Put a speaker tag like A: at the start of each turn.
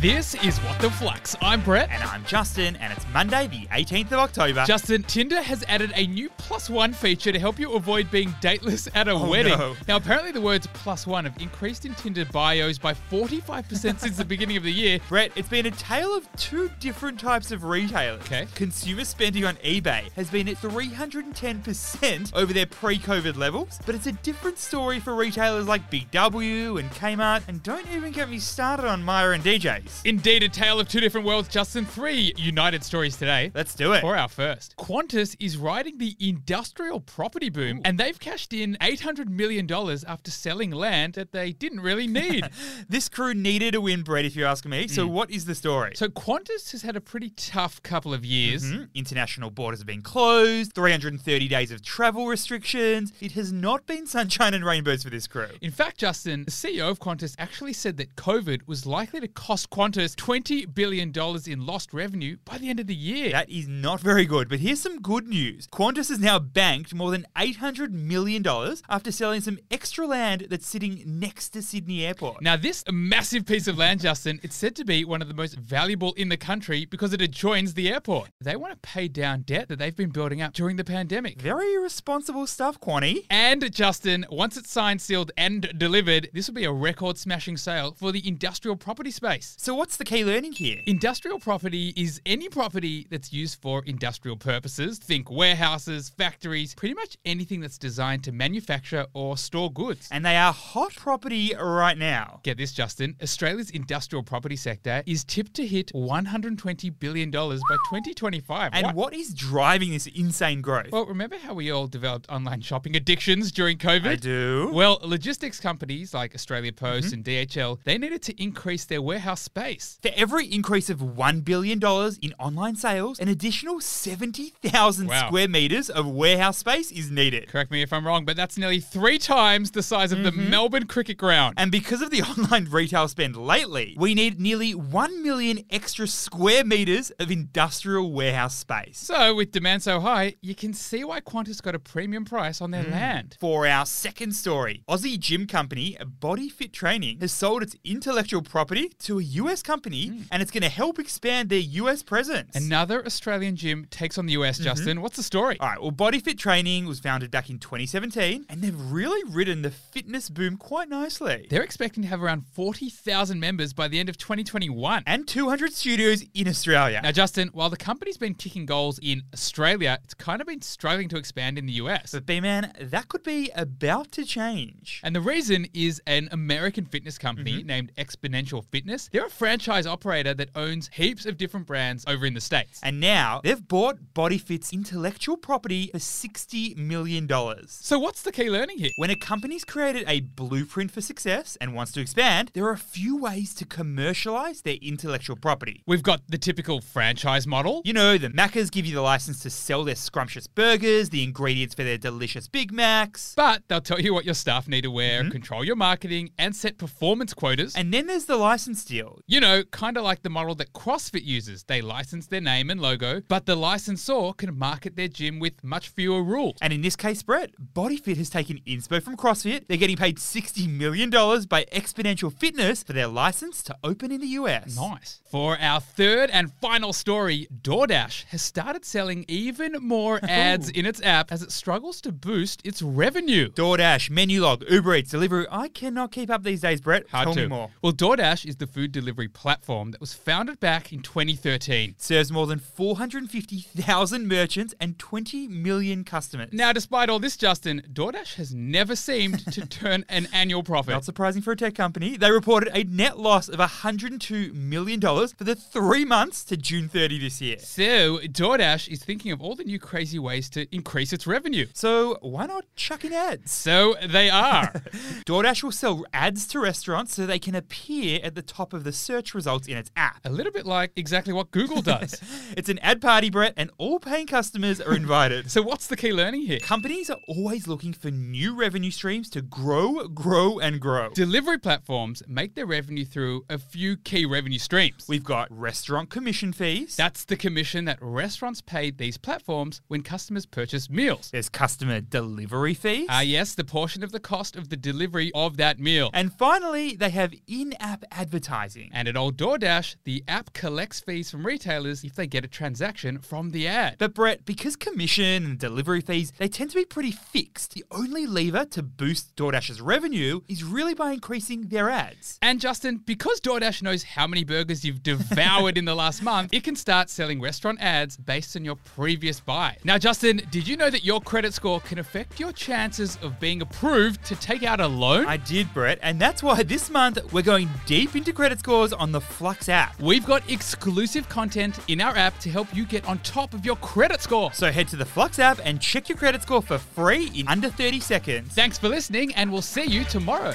A: This is What the Flux. I'm Brett.
B: And I'm Justin, and it's Monday, the 18th of October.
A: Justin, Tinder has added a new plus one feature to help you avoid being dateless at a
B: Oh,
A: wedding.
B: no.
A: Now, apparently, the words plus one have increased in Tinder bios by 45% since the beginning of the year.
B: Brett, it's been a tale of two different types of retailers.
A: Okay.
B: Consumer spending on eBay has been at 310% over their pre COVID levels, but it's a different story for retailers like Big W and Kmart, and don't even get me started on Myer and DJs.
A: Indeed, a tale of two different worlds, Justin. Three united stories today.
B: Let's do it.
A: For our first, Qantas is riding the industrial property boom and they've cashed in $800 million after selling land that they didn't really need.
B: This crew needed a win, Brett, if you ask me. So, what is the story?
A: Mm. so, Qantas has had a pretty tough couple of years.
B: Mhm. International borders have been closed, 330 days of travel restrictions. It has not been sunshine and rainbows for this crew.
A: In fact, Justin, the CEO of Qantas actually said that COVID was likely to cost Qantas $20 billion in lost revenue by the end of the year.
B: That is not very good, but here's some good news. Qantas has now banked more than $800 million after selling some extra land that's sitting next to Sydney Airport.
A: now, this massive piece of land, Justin, it's said to be one of the most valuable in the country because it adjoins the airport. They want to pay down debt that they've been building up during the pandemic.
B: Very responsible stuff, Quanny.
A: And Justin, once it's signed, sealed, and delivered, this will be a record smashing sale for the industrial property space.
B: So, what's the key learning here?
A: Industrial property is any property that's used for industrial purposes. Think warehouses, factories, pretty much anything that's designed to manufacture or store goods.
B: And they are hot property right now.
A: Get this, Justin. Australia's industrial property sector is tipped to hit $120 billion by 2025.
B: And
A: What-
B: what is driving this insane growth?
A: Well, remember how we all developed online shopping addictions during COVID?
B: I do. Mm-hmm.
A: Well, logistics companies like Australia Post and DHL, they needed to increase their warehouse space.
B: For every increase of $1 billion in online sales, an additional 70,000
A: Wow.
B: square meters of warehouse space is needed.
A: Correct me if I'm wrong, but that's nearly three times the size of the
B: Mm-hmm.
A: Melbourne cricket ground.
B: And because of the online retail spend lately, we need nearly 1 million extra square meters of industrial warehouse space.
A: so, with demand so high, you can see why Qantas got a premium price on their
B: Mm.
A: land.
B: For our second story, Aussie gym company Body Fit Training has sold its intellectual property to a US company and it's going to help expand their US presence.
A: Another Australian gym takes on the US, Justin. What's the story?
B: Mm-hmm. All right, well, Body Fit Training was founded back in 2017 and they've really ridden the fitness boom quite nicely.
A: They're expecting to have around 40,000 members by the end of 2021.
B: and 200 studios in Australia.
A: Now, Justin, while the company's been kicking goals in Australia, it's kind of been struggling to expand in the US.
B: but B Man, that could be about to change.
A: And the reason is an American fitness company
B: Mm-hmm.
A: named Exponential Fitness. They're a franchise operator that owns heaps of different brands over in the States.
B: And now they've bought BodyFit's intellectual property for $60 million.
A: So, what's the key learning here?
B: When a company's created a blueprint for success and wants to expand, there are a few ways to commercialize their intellectual property.
A: We've got the typical franchise model.
B: You know, the Maccas give you the license to sell their scrumptious burgers, the ingredients for their delicious Big Macs.
A: But they'll tell you what your staff need to wear, control your marketing, and set performance quotas.
B: Mm-hmm. And then there's the license deal.
A: you know, kind of like the model that CrossFit uses. They license their name and logo, but the licensor can market their gym with much fewer rules.
B: And in this case, Brett, BodyFit has taken inspo from CrossFit. They're getting paid $60 million by Exponential Fitness for their license to open in the US.
A: Nice. For our third and final story, DoorDash has started selling even more ads in its app as it struggles to boost its revenue.
B: DoorDash, Menu Log, Uber Eats, Deliveroo. I cannot keep up these days, Brett. Tell me more.
A: Well, DoorDash is the food delivery platform that was founded back in 2013.
B: It serves more than 450,000 merchants and 20 million customers.
A: Now, despite all this, Justin, DoorDash has never seemed to turn an annual
B: Not
A: profit.
B: surprising for a tech company. They reported a net loss of $102 million for the three months to June 30 this year.
A: So, DoorDash is thinking of all the new crazy ways to increase its revenue.
B: So why not chuck in ads?
A: So, they are.
B: DoorDash will sell ads to restaurants so they can appear at the top of the search results in its app.
A: a little bit like exactly what Google does.
B: It's an ad party, Brett, and all paying customers are invited.
A: so, what's the key learning here?
B: Companies are always looking for new revenue streams to grow, grow, and grow.
A: Delivery platforms make their revenue through a few key revenue streams.
B: We've got restaurant commission fees.
A: That's the commission that restaurants paid these platforms when customers purchase meals.
B: There's customer delivery fees.
A: Ah, yes, the portion of the cost of the delivery of that meal.
B: and finally, they have in app advertising. thing.
A: And at old DoorDash, the app collects fees from retailers if they get a transaction from the ad.
B: But Brett, because commission and delivery fees, they tend to be pretty fixed, the only lever to boost DoorDash's revenue is really by increasing their ads.
A: And Justin, because DoorDash knows how many burgers you've devoured in the last month, it can start selling restaurant ads based on your previous buy. Now, Justin, did you know that your credit score can affect your chances of being approved to take out a loan?
B: I did, Brett, and that's why this month we're going deep into credit scores on the Flux app.
A: We've got exclusive content in our app to help you get on top of your credit score.
B: So head to the Flux app and check your credit score for free in under 30 seconds.
A: Thanks for listening, and we'll see you tomorrow.